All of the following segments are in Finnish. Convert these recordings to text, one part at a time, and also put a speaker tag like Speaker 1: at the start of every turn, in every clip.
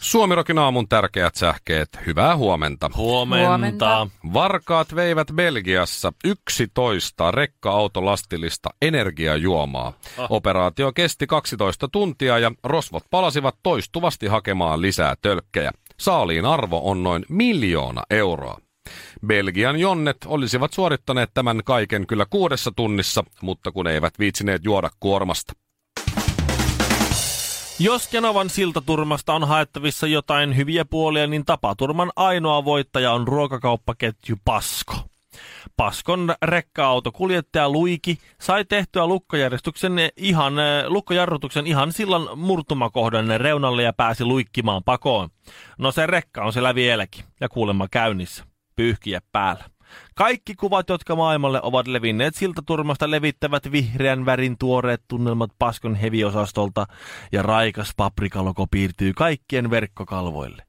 Speaker 1: Suomirokin aamun tärkeät sähkeet, hyvää huomenta.
Speaker 2: Huomenta.
Speaker 3: Huomenta.
Speaker 1: Varkaat veivät Belgiassa 11 rekka-autolastillista energiajuomaa. Operaatio kesti 12 tuntia ja rosvot palasivat toistuvasti hakemaan lisää tölkkejä. Saaliin arvo on noin miljoona euroa. Belgian jonnet olisivat suorittaneet tämän kaiken kyllä kuudessa tunnissa, mutta kun eivät viitsineet juoda kuormasta.
Speaker 2: Jos Kenovan siltaturmasta on haettavissa jotain hyviä puolia, niin tapaturman ainoa voittaja on ruokakauppaketju Pasko. Paskon rekka-autokuljettaja Luiki sai tehtyä lukkojärjestyksen ihan, eh, lukkojarrutuksen ihan sillan murtumakohdan reunalle ja pääsi luikkimaan pakoon. No se rekka on siellä vieläkin ja kuulemma käynnissä. Pyyhkiä päällä. Kaikki kuvat, jotka maailmalle ovat levinneet siltaturmasta, levittävät vihreän värin tuoreet tunnelmat Paskon heviosastolta ja raikas paprikaloko piirtyy kaikkien verkkokalvoille.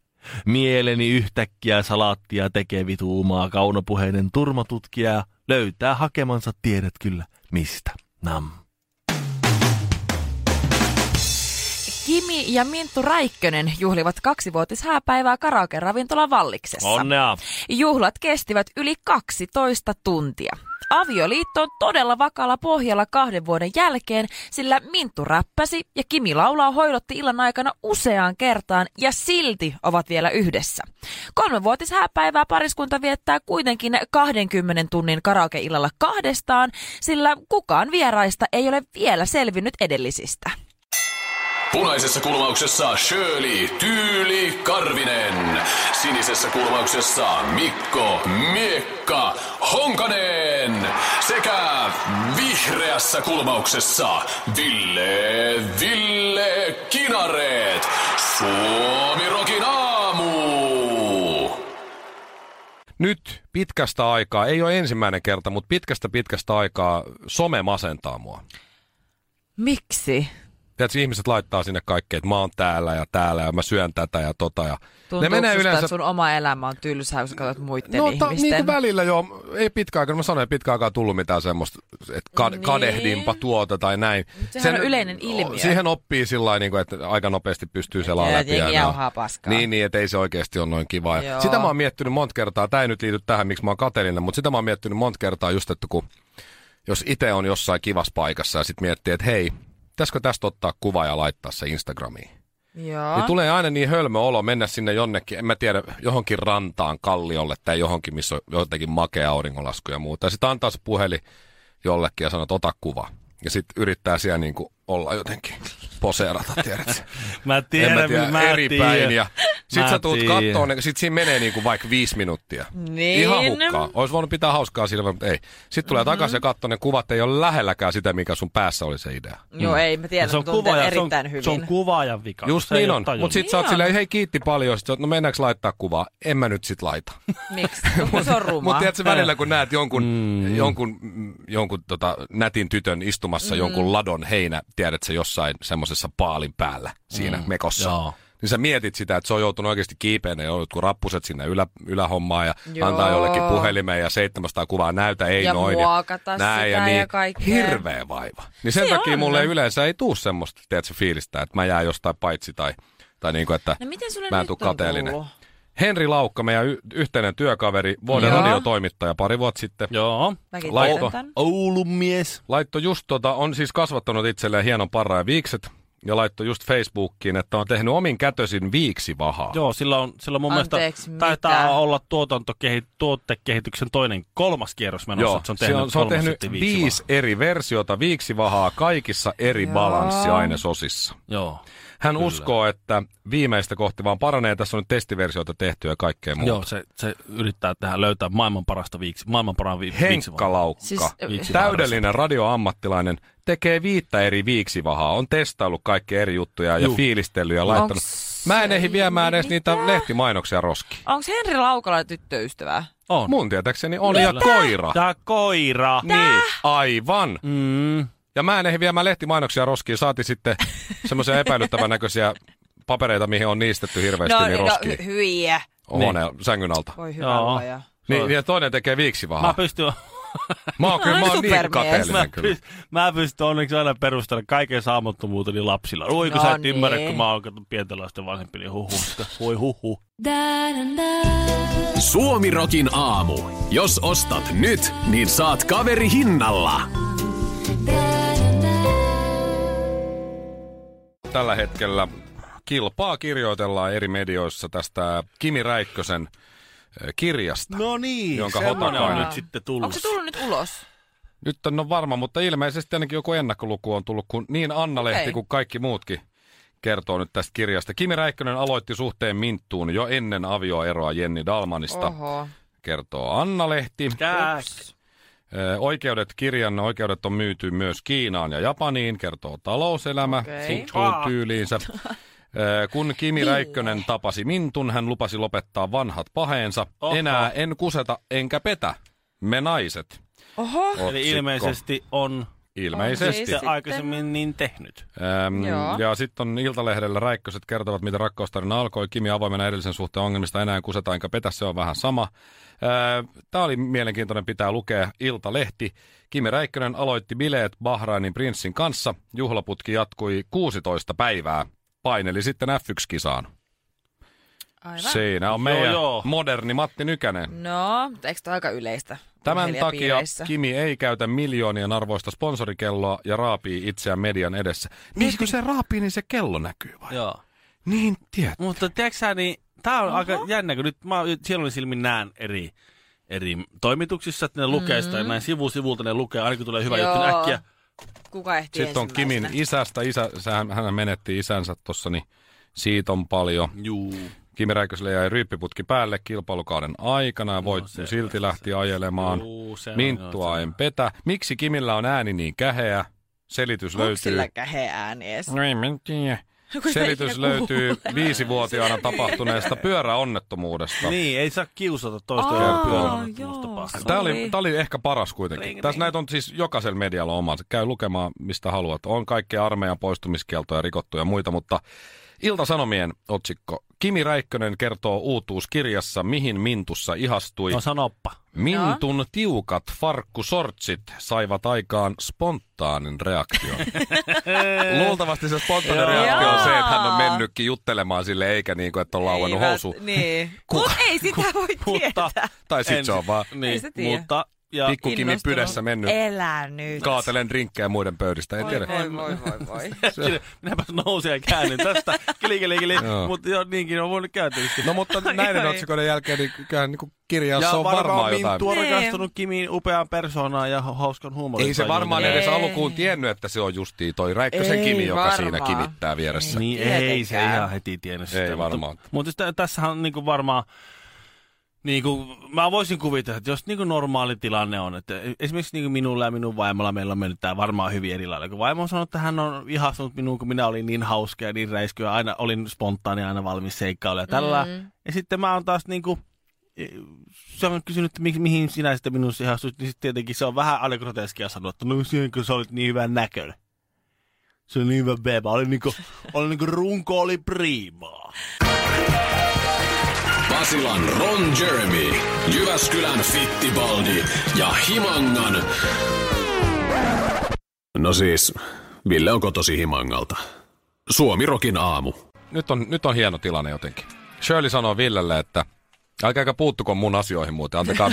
Speaker 2: Mieleni yhtäkkiä salaattia tekee vituumaa kaunopuheinen turmatutkija ja löytää hakemansa tiedet kyllä mistä. Nam.
Speaker 3: Kimi ja Minttu Räikkönen juhlivat kaksivuotishääpäivää karaoke-ravintola Valliksessa.
Speaker 2: Onnea!
Speaker 3: Juhlat kestivät yli 12 tuntia. Avioliitto on todella vakalla pohjalla kahden vuoden jälkeen, sillä Minttu räppäsi ja Kimi laulaa hoidotti illan aikana useaan kertaan ja silti ovat vielä yhdessä. Kolmevuotishääpäivää pariskunta viettää kuitenkin 20 tunnin karaokeillalla kahdestaan, sillä kukaan vieraista ei ole vielä selvinnyt edellisistä.
Speaker 4: Punaisessa kulmauksessa Shirley Tyyli Karvinen. Sinisessä kulmauksessa Mikko Miekka Honkanen. Sekä vihreässä kulmauksessa Ville Ville Kinareet. Suomi Rokin aamu.
Speaker 1: Nyt pitkästä aikaa, ei ole ensimmäinen kerta, mutta pitkästä pitkästä aikaa some masentaa mua.
Speaker 3: Miksi?
Speaker 1: Tiedätkö, ihmiset laittaa sinne kaikkea, että mä oon täällä ja täällä ja mä syön tätä ja tota. Ja...
Speaker 3: Tuntuu susta, yleensä... että sun oma elämä on tylsää, kun sä katsot muiden
Speaker 1: No ta, niin
Speaker 3: ihmisten.
Speaker 1: kuin välillä joo, ei pitkä aikaa, mä sanoin, että pitkä aikaa tullut mitään semmoista, että kad-
Speaker 3: Niin.
Speaker 1: kadehdinpa tuota tai näin.
Speaker 3: sehän on yleinen ilmiö.
Speaker 1: Siihen oppii sillä lailla, niin kuin, että aika nopeasti pystyy selaamaan
Speaker 3: Ja
Speaker 1: läpi.
Speaker 3: jengi
Speaker 1: näin.
Speaker 3: jauhaa paskaa.
Speaker 1: Niin, niin, että ei se oikeasti ole noin kivaa. Ja
Speaker 3: Joo.
Speaker 1: Sitä mä oon miettinyt monta kertaa, tämä ei nyt liity tähän, miksi mä oon kateellinen, mutta sitä mä oon miettinyt monta kertaa just, että kun jos itse on jossain kivassa paikassa ja sitten miettii, että hei, pitäisikö tästä ottaa kuva ja laittaa se Instagramiin?
Speaker 3: Joo.
Speaker 1: Niin tulee aina niin hölmö olo mennä sinne jonnekin, en mä tiedä, johonkin rantaan, kalliolle tai johonkin, missä on jotenkin makea auringonlasku ja muuta. Ja sitten antaa se puhelin jollekin ja sanoo, että ota kuva. Ja sitten yrittää siellä niin kuin olla jotenkin poseerata, tiedätkö?
Speaker 2: Mä tiedän,
Speaker 1: en mä tiedä,
Speaker 2: mä
Speaker 1: eri
Speaker 2: tiedän.
Speaker 1: päin. Ja sit
Speaker 2: Mä
Speaker 1: sä tuut
Speaker 2: tiedän.
Speaker 1: kattoon, niin sit siinä menee niin kuin vaikka viisi minuuttia.
Speaker 3: Niin.
Speaker 1: Ihan hukkaa. Ois voinut pitää hauskaa silmä, mutta ei. Sitten tulee mm-hmm. takaisin ja katsoo, ne kuvat ei ole lähelläkään sitä, mikä sun päässä oli se idea.
Speaker 3: Joo, No ei, mä tiedän,
Speaker 2: Se on,
Speaker 3: tunnen
Speaker 2: kuvaaja, se, on,
Speaker 3: erittäin hyvin.
Speaker 2: se on kuvaajan vika.
Speaker 1: Just
Speaker 2: se ei
Speaker 1: niin
Speaker 2: oo
Speaker 1: on.
Speaker 2: tajunnut.
Speaker 1: Mutta sit sä oot
Speaker 3: Niin
Speaker 1: silleen, hei kiitti paljon. Sit, sä oot, no mennäänkö laittaa kuvaa? En mä nyt sit laita.
Speaker 3: Miksi? Mutta se on ruma.
Speaker 1: Mutta tiedätkö välillä, kun näet jonkun, mm. jonkun, mm, jonkun tota, nätin tytön istumassa mm. jonkun ladon heinä, tiedät sä jossain semmoisessa paalin päällä siinä mm. mekossa.
Speaker 2: Joo.
Speaker 1: Niin sä mietit sitä, että se on joutunut oikeasti kiipeen ja jotkut rappuset sinne ylä, ylähommaan ja Joo.
Speaker 3: Joo.
Speaker 1: antaa jollekin puhelimeen ja 700 kuvaa näytä, ei
Speaker 3: Ja
Speaker 1: noin.
Speaker 3: muokata sitä ja kaikkea.
Speaker 1: niin. Hirveä vaiva. Niin sen
Speaker 3: Se
Speaker 1: takia
Speaker 3: on.
Speaker 1: mulle yleensä ei tuu semmoista, tiedätkö, fiilistä, että mä jää jostain paitsi tai, tai niinku, että
Speaker 3: No miten sulle
Speaker 1: mä en
Speaker 3: nyt
Speaker 1: tuu
Speaker 3: on
Speaker 1: kateellinen.
Speaker 3: tullut?
Speaker 1: Henri Laukka, meidän y- yhteinen työkaveri, vuoden
Speaker 3: Joo.
Speaker 1: radiotoimittaja pari vuotta sitten,
Speaker 2: Joo.
Speaker 3: Mäkin
Speaker 1: Laito.
Speaker 3: tiedän tän.
Speaker 2: Oulun mies.
Speaker 1: laitto just tota, on siis kasvattanut itselleen hienon parra ja viikset, ja laitto just Facebookiin, että on tehnyt omin kätösin viiksivahaa.
Speaker 2: Joo, sillä on, sillä on mun
Speaker 3: Anteeksi,
Speaker 2: mielestä taitaa
Speaker 3: mitä?
Speaker 2: olla tuotantokehi, tuottekehityksen toinen kolmas kierros menossa.
Speaker 1: Joo,
Speaker 2: että se on
Speaker 1: se
Speaker 2: tehnyt,
Speaker 1: on, se on
Speaker 2: kolmas
Speaker 1: tehnyt
Speaker 2: setti viiksi
Speaker 1: viisi eri versiota viiksivahaa kaikissa eri
Speaker 3: Joo.
Speaker 1: balanssiainesosissa.
Speaker 2: vaan. Joo.
Speaker 1: Hän Kyllä. uskoo, että viimeistä kohti vaan paranee, tässä on nyt testiversioita tehty ja kaikkea muuta.
Speaker 2: Joo, se, se, yrittää tehdä löytää maailman parasta viiksi, maailman paran vi, viiksi
Speaker 1: Henkka Laukka.
Speaker 3: Siis,
Speaker 2: Viiksi
Speaker 1: Täydellinen radioammattilainen tekee viittä eri viiksivahaa, on testaillut kaikki eri juttuja ja
Speaker 2: Juu.
Speaker 1: fiilistellyt ja laittanut.
Speaker 3: Onks niin
Speaker 1: Mä en ehdi viemään edes niitä lehtimainoksia roskiin.
Speaker 3: Onko Henri Laukala tyttöystävää?
Speaker 2: On.
Speaker 1: Mun tietääkseni on. Ja
Speaker 2: Kyllä.
Speaker 1: koira.
Speaker 2: Tää koira.
Speaker 1: Niin, aivan.
Speaker 2: Mm.
Speaker 1: Ja mä en ehdi viemään lehtimainoksia roskiin. Saati sitten semmoisia epäilyttävän näköisiä papereita, mihin on niistetty hirveästi no, niin
Speaker 3: no
Speaker 1: roskiin.
Speaker 3: hy- hyiä.
Speaker 1: No, niin. sängyn alta.
Speaker 3: Voi hyvä
Speaker 2: Joo.
Speaker 3: luoja.
Speaker 1: Niin, ja toinen tekee viiksivahaa.
Speaker 2: Mä
Speaker 1: Mä,
Speaker 2: pystyn...
Speaker 1: mä oon kyllä mä oon niin
Speaker 3: supermies.
Speaker 2: Mä,
Speaker 1: kateellinen kyllä.
Speaker 2: pystyn, mä pystyn onneksi aina perustella kaiken saamattomuuteni lapsilla. Ui, kun
Speaker 3: No
Speaker 2: no sä et
Speaker 3: niin.
Speaker 2: niin. ymmärrä, kun mä oon katsonut pienten lasten vanhempi, niin huhu. Voi huhu.
Speaker 4: Suomirokin aamu. Jos ostat nyt, niin saat kaveri hinnalla.
Speaker 1: Tällä hetkellä kilpaa kirjoitellaan eri medioissa tästä Kimi Räikkösen eh, kirjasta.
Speaker 2: No niin,
Speaker 1: Jonka
Speaker 2: semmonen on
Speaker 1: hotakainen.
Speaker 2: nyt sitten tullut.
Speaker 3: Onko se tullut nyt ulos?
Speaker 1: Nyt en ole varma, mutta ilmeisesti ainakin joku ennakkoluku on tullut, kun niin Anna-lehti
Speaker 3: Okei.
Speaker 1: kuin kaikki muutkin kertoo nyt tästä kirjasta. Kimi Räikkönen aloitti suhteen Minttuun jo ennen avioeroa Jenni Dalmanista, Oho.
Speaker 3: Oho.
Speaker 1: kertoo Anna-lehti.
Speaker 2: Käs.
Speaker 1: Ö, Oikeudet, kirjan no oikeudet on myyty myös Kiinaan ja Japaniin, kertoo talouselämä,
Speaker 3: Okei. Niin.
Speaker 1: okay. tyyliinsä. Ö, Kun Kimi Räikkönen tapasi Mintun, hän lupasi lopettaa vanhat paheensa.
Speaker 2: Oho.
Speaker 1: Enää en kuseta enkä petä. Me naiset.
Speaker 3: Oho.
Speaker 2: Eli
Speaker 1: Otsikko.
Speaker 2: ilmeisesti on
Speaker 3: On siis
Speaker 1: Ilmeisesti.
Speaker 2: se
Speaker 3: Sitten.
Speaker 2: aikaisemmin niin tehnyt.
Speaker 1: Öm,
Speaker 3: Joo.
Speaker 1: ja sitten on Iltalehdellä Räikköset kertovat, miten rakkaustarina alkoi. Kimi avoimena edellisen suhteen ongelmista enää en kuseta enkä petä, se on vähän sama. Tämä oli mielenkiintoinen, pitää lukea Iltalehti. Kimi Räikkönen aloitti bileet Bahrainin prinssin kanssa. Juhlaputki jatkui 16 päivää. Paineli sitten F1-kisaan.
Speaker 3: Aivan.
Speaker 1: Siinä on
Speaker 2: Joo,
Speaker 1: meidän
Speaker 2: joo.
Speaker 1: moderni Matti Nykänen.
Speaker 3: No, mutta eikö tämä aika yleistä?
Speaker 1: Tämän takia
Speaker 3: urheilijapiireissä?
Speaker 1: Kimi ei käytä miljoonien arvoista sponsorikelloa ja raapii itseään median edessä. Niin kun se raapii, niin se kello näkyy vai?
Speaker 2: Joo.
Speaker 1: Niin tiedät.
Speaker 3: Mm.
Speaker 2: Mutta tiedätkö sä, niin tää on aika jännä, kun nyt mä sielun silmin näen eri, eri toimituksissa, että ne lukee sitä näin sivu sivulta, ne lukee, aina kun tulee hyvä juttu, niin
Speaker 3: Mm-hmm. Joo.
Speaker 2: äkkiä.
Speaker 3: Kuka ehtii
Speaker 1: Sitten on Kimin
Speaker 3: ensimmäisenä?
Speaker 1: isästä. Isä, sehän, hän menetti isänsä tuossa, niin siitä on paljon.
Speaker 2: Juu.
Speaker 1: Kimi Räikköselle jäi ryyppiputki päälle kilpailukauden aikana ja voit,
Speaker 2: No, se-
Speaker 1: silti lähti ajelemaan.
Speaker 2: Juu, se on- joo,
Speaker 1: Minttua
Speaker 2: se
Speaker 1: en
Speaker 2: on.
Speaker 1: petä. Miksi Kimillä on ääni niin käheä? Selitys
Speaker 3: Onko
Speaker 1: löytyy.
Speaker 3: sillä kähe ääni edes?
Speaker 1: No ei mä tiedä.
Speaker 3: Kun sitä
Speaker 1: Selitys
Speaker 3: ikinä
Speaker 1: löytyy
Speaker 3: kuulee.
Speaker 1: viisivuotiaana tapahtuneesta pyöräonnettomuudesta.
Speaker 2: Niin, ei saa kiusata toista
Speaker 3: Aa,
Speaker 2: Aa,
Speaker 3: joo.
Speaker 1: Tämä
Speaker 3: Oli. Niin,
Speaker 1: oli, tää oli ehkä paras kuitenkin.
Speaker 2: Ring,
Speaker 1: Tässä
Speaker 2: ring.
Speaker 1: näitä on siis jokaisella medialla oma. Käy lukemaan mistä haluat. On kaikkea armeijan poistumiskieltoja, rikottuja ja muita, mutta Ilta-Sanomien otsikko. Kimi Räikkönen kertoo uutuuskirjassa, mihin Mintussa ihastui.
Speaker 2: No sanoppa.
Speaker 1: Mintun tiukat farkkusortsit saivat aikaan spontaanin reaktion. Luultavasti se spontaanin reaktio on se, että hän on mennytkin juttelemaan sille, eikä niin kuin, että on lauennut
Speaker 3: Eivät-
Speaker 1: housu.
Speaker 3: Niin. Mut ei sitä voi tietää.
Speaker 2: Mutta,
Speaker 1: Tai sit se on vaan
Speaker 3: Ei
Speaker 2: niin,
Speaker 3: sitä tiedä.
Speaker 2: mutta, ja
Speaker 1: pikkukimi
Speaker 3: Innostunut.
Speaker 1: pydässä niin mennyt.
Speaker 3: Elä nyt.
Speaker 1: Kaatelen rinkkejä muiden pöydistä, en
Speaker 3: Voi,
Speaker 1: tiedä.
Speaker 3: voi, voi, voi, voi.
Speaker 2: minäpäs nousen ja käännyn tästä. Kili, kili, kili.
Speaker 1: Joo.
Speaker 2: Mutta joo, niinkin on voinut kääntyä.
Speaker 1: No mutta näiden
Speaker 3: Ai, ai.
Speaker 1: otsikoiden jälkeen niin kyllähän niin kirjassa
Speaker 2: ja
Speaker 1: on varmaan jotain.
Speaker 2: Minttu on
Speaker 3: Niin.
Speaker 2: rakastunut Kimiin upeaan persoonaan ja hauskan huumorin.
Speaker 1: Ei se varmaan
Speaker 3: Ei.
Speaker 1: edes alkuun tiennyt, että se on justiin toi Räikkösen
Speaker 3: Ei
Speaker 1: Kimi, joka siinä
Speaker 3: varmaan.
Speaker 1: kimittää vieressä.
Speaker 2: Niin ei se
Speaker 3: Tietenkään.
Speaker 2: ihan heti tiennyt sitä. mutta-
Speaker 1: varmaan.
Speaker 2: Mutta sitä- tässähän on niinku varmaan, niinku, mä voisin kuvitella, että jos niinku normaali tilanne on, että esimerkiksi niinku minulla ja minun vaimolla meillä on mennyt tämä varmaan hyvin eri lailla. Kun vaimo on sanonut, että hän on ihastunut minuun, kun minä olin niin hauska ja niin räisky ja aina olin spontaani ja aina valmis seikkailemaan ja tällä. Mm. Ja sitten mä oon taas niinku, e, se on kysynyt, että mi- mihin sinä sitten minun ihastuit, niin sitten tietenkin se on vähän aligroteskia sanoa, että no siihen, kun sä olit niin hyvän näköinen. Se oli niin hyvä beba. Oli niinku, oli niinku runko oli priimaa.
Speaker 4: Basilan Ron Jeremy, Jyväskylän Fittibaldi ja Himangan... No siis, Ville onko tosi Himangalta? Suomirokin aamu.
Speaker 1: Nyt on, nyt on hieno tilanne jotenkin. Shirley sanoo Villelle, että älkääkä puuttuko mun asioihin muuten, antakaa,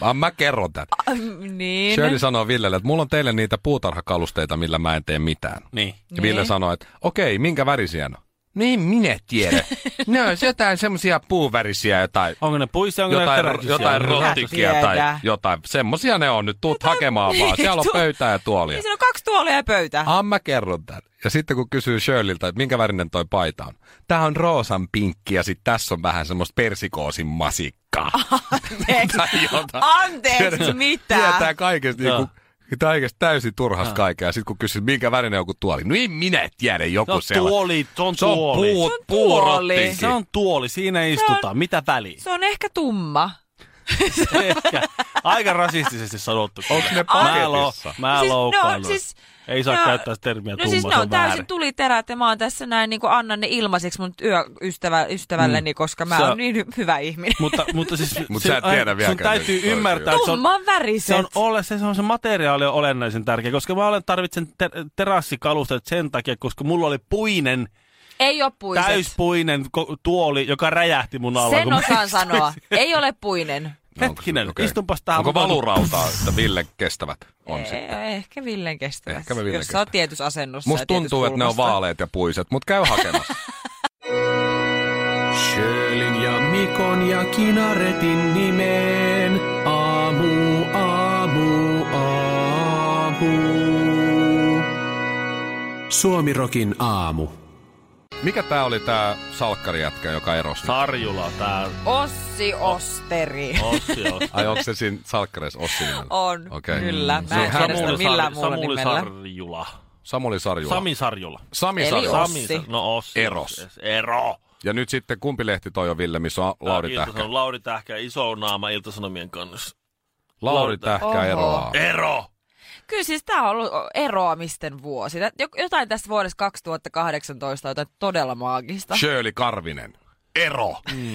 Speaker 1: vaan mä kerron tämän.
Speaker 3: Niin.
Speaker 1: Shirley sanoo Villelle, että mulla on teille niitä puutarhakalusteita, millä mä en tee mitään.
Speaker 2: Niin.
Speaker 1: Ja Ville
Speaker 3: Niin.
Speaker 1: sanoo, että okei, minkä värisiä ne on? Niin minä tiedä. ne on jotain semmoisia puuvärisiä jotain.
Speaker 2: Onko ne puissa, onko
Speaker 1: jotain,
Speaker 2: ne terävisiä?
Speaker 1: jotain
Speaker 2: Onko ne-
Speaker 1: rottikia tai
Speaker 3: tiedä.
Speaker 1: jotain. Semmosia ne on nyt. Tuut hakemaan
Speaker 3: niin,
Speaker 1: vaan. Siellä on
Speaker 3: tuo-
Speaker 1: pöytää ja tuolia.
Speaker 3: Niin siinä on kaksi tuolia ja pöytä.
Speaker 1: Ah, mä kerron tän. Ja sitten kun kysyy Shirleyltä, että minkä värinen toi paita on. Tää on roosan pinkki ja sit tässä on vähän semmoista persikoosin masikkaa.
Speaker 3: Anteeksi.
Speaker 1: Tai jotain.
Speaker 3: Anteeksi, mitä?
Speaker 1: Tietää kaikesta
Speaker 2: Joo.
Speaker 1: niinku Tämä oikeasti täysin turhas kaikkea. Sitten kun kysyt, minkä värinen on joku tuoli. No en minä tiedä joku
Speaker 2: No
Speaker 1: sellainen.
Speaker 2: tuoli, se on
Speaker 1: Se on
Speaker 2: tuoli.
Speaker 1: puu,
Speaker 3: on tuoli.
Speaker 1: puurottinki.
Speaker 2: se on tuoli, siinä istutaan. Mitä väliä?
Speaker 3: Se on ehkä tumma.
Speaker 2: Ehkä. Aika rasistisesti sanottu.
Speaker 1: Onks ne
Speaker 2: Mä, lo,
Speaker 1: paketissa?
Speaker 2: mä
Speaker 3: Siis
Speaker 2: siis,
Speaker 3: ne on-
Speaker 2: loukkaan.
Speaker 3: siis-
Speaker 2: siis, Ei saa
Speaker 3: ne on-
Speaker 2: käyttää sitä termiä
Speaker 3: No
Speaker 2: tumma,
Speaker 3: siis ne
Speaker 2: se
Speaker 3: on
Speaker 2: on väärin.
Speaker 3: täysin tuliterät ja mä oon tässä näin niin kuin annan ne ilmaiseksi mun yöystävä, ystävälleni, koska mä
Speaker 2: Mm. Se-
Speaker 3: oon niin hy- hyvä ihminen.
Speaker 2: Mutta, mutta siis,
Speaker 1: Mut sä et
Speaker 2: ai,
Speaker 1: tiedä
Speaker 2: sun
Speaker 1: vieläkään,
Speaker 2: täytyy
Speaker 1: jos toi
Speaker 2: ymmärtää, että se on,
Speaker 3: Tumman väriset.
Speaker 2: se on, ole, se, se on se materiaali on olennaisen tärkeä, koska mä olen tarvitsen ter- terassikalusteet sen takia, koska mulla oli puinen,
Speaker 3: Ei oo puiset.
Speaker 2: täyspuinen ko- tuoli, joka räjähti mun alla. kun
Speaker 3: Sen
Speaker 2: mä
Speaker 3: osaan
Speaker 2: istuin
Speaker 3: sanoa.
Speaker 2: siinä.
Speaker 3: Ei ole puinen.
Speaker 2: Hetkinen,
Speaker 1: No, Okei.
Speaker 2: istunpas tähän.
Speaker 1: Onko
Speaker 2: mukaan.
Speaker 1: valurautaa, että Ville kestävät on
Speaker 3: Eh,
Speaker 1: sitten?
Speaker 3: Ehkä Villen kestävät.
Speaker 1: Ehkä Villen
Speaker 3: jos sä oot tietyssä asennossa ja
Speaker 1: Musta
Speaker 3: tietyssä
Speaker 1: tuntuu, että ne on
Speaker 3: kulmassa.
Speaker 1: vaaleet ja puiset, mutta käy hakemassa.
Speaker 4: Sjölin ja Mikon ja Kinaretin nimeen. Aamu, aamu, aamu. Suomirokin aamu.
Speaker 1: Mikä tää oli tää salkkarijätkä, joka erosi? nyt?
Speaker 2: Sarjula tää
Speaker 3: Ossi Osteri.
Speaker 2: Ossi on.
Speaker 1: Ai onko se siinä salkkareissa Ossi nimellä?
Speaker 3: On,
Speaker 1: Okei.
Speaker 3: kyllä. Mä
Speaker 1: Se on
Speaker 3: en tiedä
Speaker 1: Samuli
Speaker 3: sitä
Speaker 1: Sar-
Speaker 3: millään muulla
Speaker 2: Samuli
Speaker 3: nimellä.
Speaker 2: Sarjula.
Speaker 1: Samuli Sarjula.
Speaker 2: Sami Sarjula.
Speaker 1: Sami
Speaker 3: Eli
Speaker 1: Sarjula.
Speaker 3: Ossi.
Speaker 2: Sami Sar- No Ossi.
Speaker 1: Eros.
Speaker 2: Ero.
Speaker 1: Ja nyt sitten kumpi lehti toi on Ville, missä on Lauri Tähkä?
Speaker 2: Ilta-Sanom- Lauri Tähkä, iso naama Iltasanomien kannassa.
Speaker 1: Lauri
Speaker 2: Lauri Tähkä.
Speaker 1: Tähkä
Speaker 3: Oho.
Speaker 1: eroaa.
Speaker 2: Ero!
Speaker 3: Kyllä siis tää on ollut eroamisten vuosi. Tää- jo- Jotain tästä vuodesta 2018 on jotain todella maagista.
Speaker 1: Shirley Karvinen. Ero. Mm.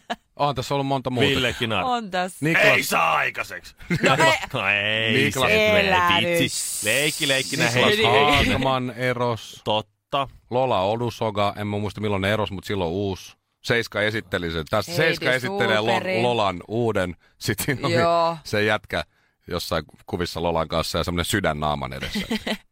Speaker 1: On tässä ollut monta muuta.
Speaker 2: Ville Kinar.
Speaker 3: On tässä.
Speaker 2: Ei
Speaker 1: Niklas,
Speaker 2: saa aikaiseksi.
Speaker 1: Niin,
Speaker 2: No, no ei.
Speaker 1: Niklas-
Speaker 2: se-
Speaker 3: Elä nyt.
Speaker 2: Vitsi. Leikki leikkinä
Speaker 1: Niklas
Speaker 2: hei.
Speaker 1: Haagman eros.
Speaker 2: Totta.
Speaker 1: Lola Odusoga, en mä muista milloin ne eros, mutta silloin uusi. Seiska esitteli sen. Tässä
Speaker 3: Heidi
Speaker 1: Seiska esittelee
Speaker 3: Suuperi.
Speaker 1: Lo- Lolan uuden. Sitten siinä oli
Speaker 3: Joo.
Speaker 1: se jätkä jossain kuvissa Lolan kanssa ja semmoinen sydän naaman edessä.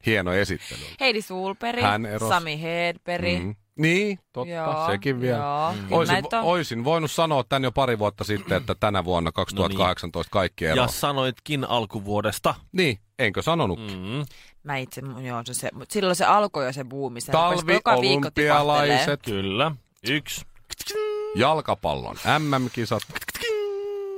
Speaker 1: Hieno esittely.
Speaker 3: Heidi Suulperi,
Speaker 1: Hän erosi.
Speaker 3: Sami Hedberg.
Speaker 1: Mm. Niin, totta,
Speaker 3: Joo,
Speaker 1: sekin vielä.
Speaker 3: joo. Niin Kyllä
Speaker 1: Oisin,
Speaker 3: näitä on.
Speaker 1: oisin voinut sanoa tän jo pari vuotta sitten, että tänä vuonna 2018 kaikki eroaa.
Speaker 2: Ja sanoitkin alkuvuodesta.
Speaker 1: Niin, enkö sanonut? Mm.
Speaker 2: Mm.
Speaker 3: Mä itse, joo, se, se, mut silloin se alkoi jo se buumi. Se rupesi
Speaker 1: Talvi,
Speaker 3: joka viikko tipahtelee.
Speaker 1: olympialaiset,
Speaker 2: Kyllä. Yksi.
Speaker 1: jalkapallon MM-kisat,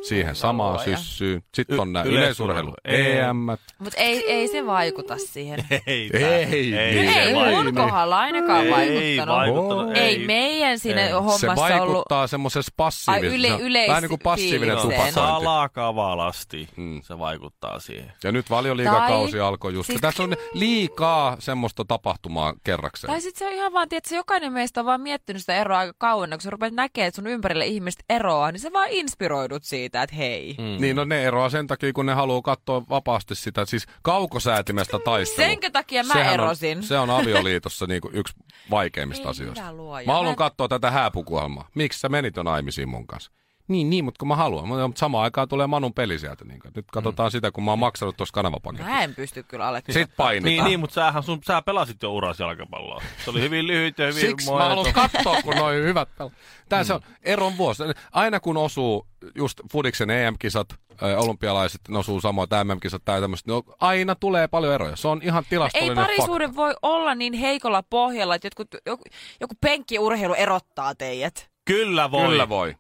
Speaker 1: siihen samaan
Speaker 3: Laulaja.
Speaker 1: syssyyn. Sitten
Speaker 2: Y-
Speaker 1: on nämä
Speaker 2: yleisurheilu,
Speaker 1: yleisurheilu, E EM.
Speaker 3: Mut ei, ei se vaikuta siihen.
Speaker 2: Ei.
Speaker 1: Ei,
Speaker 2: tää-
Speaker 1: niin,
Speaker 3: Ei,
Speaker 2: se
Speaker 3: ei
Speaker 2: vaiku-
Speaker 3: mun kohdalla ainakaan
Speaker 2: Ei
Speaker 3: vaikuttanut.
Speaker 2: vaikuttanut.
Speaker 3: Ei, meidän siinä
Speaker 2: Ei.
Speaker 3: hommassa
Speaker 1: Se
Speaker 3: ollut.
Speaker 1: vaikuttaa semmoisessa passiivisessa,
Speaker 3: Ai, yle- yleis-
Speaker 1: vähän niin kuin passiivinen
Speaker 3: fiilikseen.
Speaker 1: tupakointi.
Speaker 2: Salakavalasti
Speaker 1: Mm.
Speaker 2: se vaikuttaa siihen.
Speaker 1: Ja nyt valioliigakausi
Speaker 3: Tai-
Speaker 1: alkoi just.
Speaker 3: siis-
Speaker 1: Tässä on liikaa semmoista tapahtumaa kerrakseen.
Speaker 3: Tai siis sit se on ihan vaan, että jokainen meistä on vaan miettinyt sitä eroa aika kauan, kun sä rupeat näkemään, että sun ympärille ihmiset eroaa, niin sä vaan inspiroidut siitä, että hei. Mm.
Speaker 1: Niin, no ne eroaa sen takia, kun ne haluaa katsoa vapaasti sitä, siis kaukosäätimestä taistelua.
Speaker 3: Niin, Senkö takia mä
Speaker 1: Sehän
Speaker 3: erosin?
Speaker 1: On, se on avioliitossa niinku yksi vaikeimmista
Speaker 3: Ei
Speaker 1: asioista.
Speaker 3: minä luoja.
Speaker 1: Mä haluan
Speaker 3: Mä-
Speaker 1: katsoa tätä hääpukuohjelmaa. Miksi sä menit jo naimisiin mun kanssa? Niin, niin, mutta kun mä haluan. Mutta samaan aikaan tulee Manun peli sieltä. Niin nyt katsotaan sitä, kun mä oon maksanut tuossa kanavapaketissa.
Speaker 3: Mm. Mä en pysty kyllä allekirjoittamaan.
Speaker 1: Sitten painitaan.
Speaker 2: Niin, niin mutta sähän sun, sä pelasit jo uras jalkapalloa. Se oli hyvin lyhyt ja hyvin
Speaker 1: Siksi mä
Speaker 2: moinen-
Speaker 1: haluan Mm. katsoa, kun noin hyvät pelaa. Tää se on eron vuosi. Aina kun osuu just Fudiksen EM-kisat, ö, olympialaiset, ne osuu samoin, tää MM-kisat, tää tämmöset, no, aina tulee paljon eroja. Se on ihan
Speaker 3: Ei
Speaker 1: tilastollinen fakta.
Speaker 3: parisuuden voi olla niin heikolla pohjalla, että jotkut, joku, joku penkkiurheilu erottaa teidät.
Speaker 2: Kyllä voi.
Speaker 1: Kyllä voi.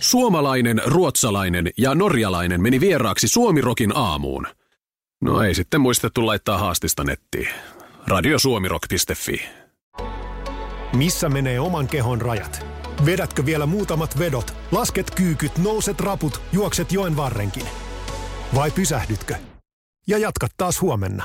Speaker 4: Suomalainen, ruotsalainen ja norjalainen meni vieraaksi Suomirokin aamuun. No ei sitten muistettu laittaa haastista nettiin. Radiosuomirok.fi
Speaker 5: Missä menee oman kehon rajat? Vedätkö vielä muutamat vedot? Lasket kyykyt, nouset raput, juokset joen varrenkin. Vai pysähdytkö? Ja jatka taas huomenna.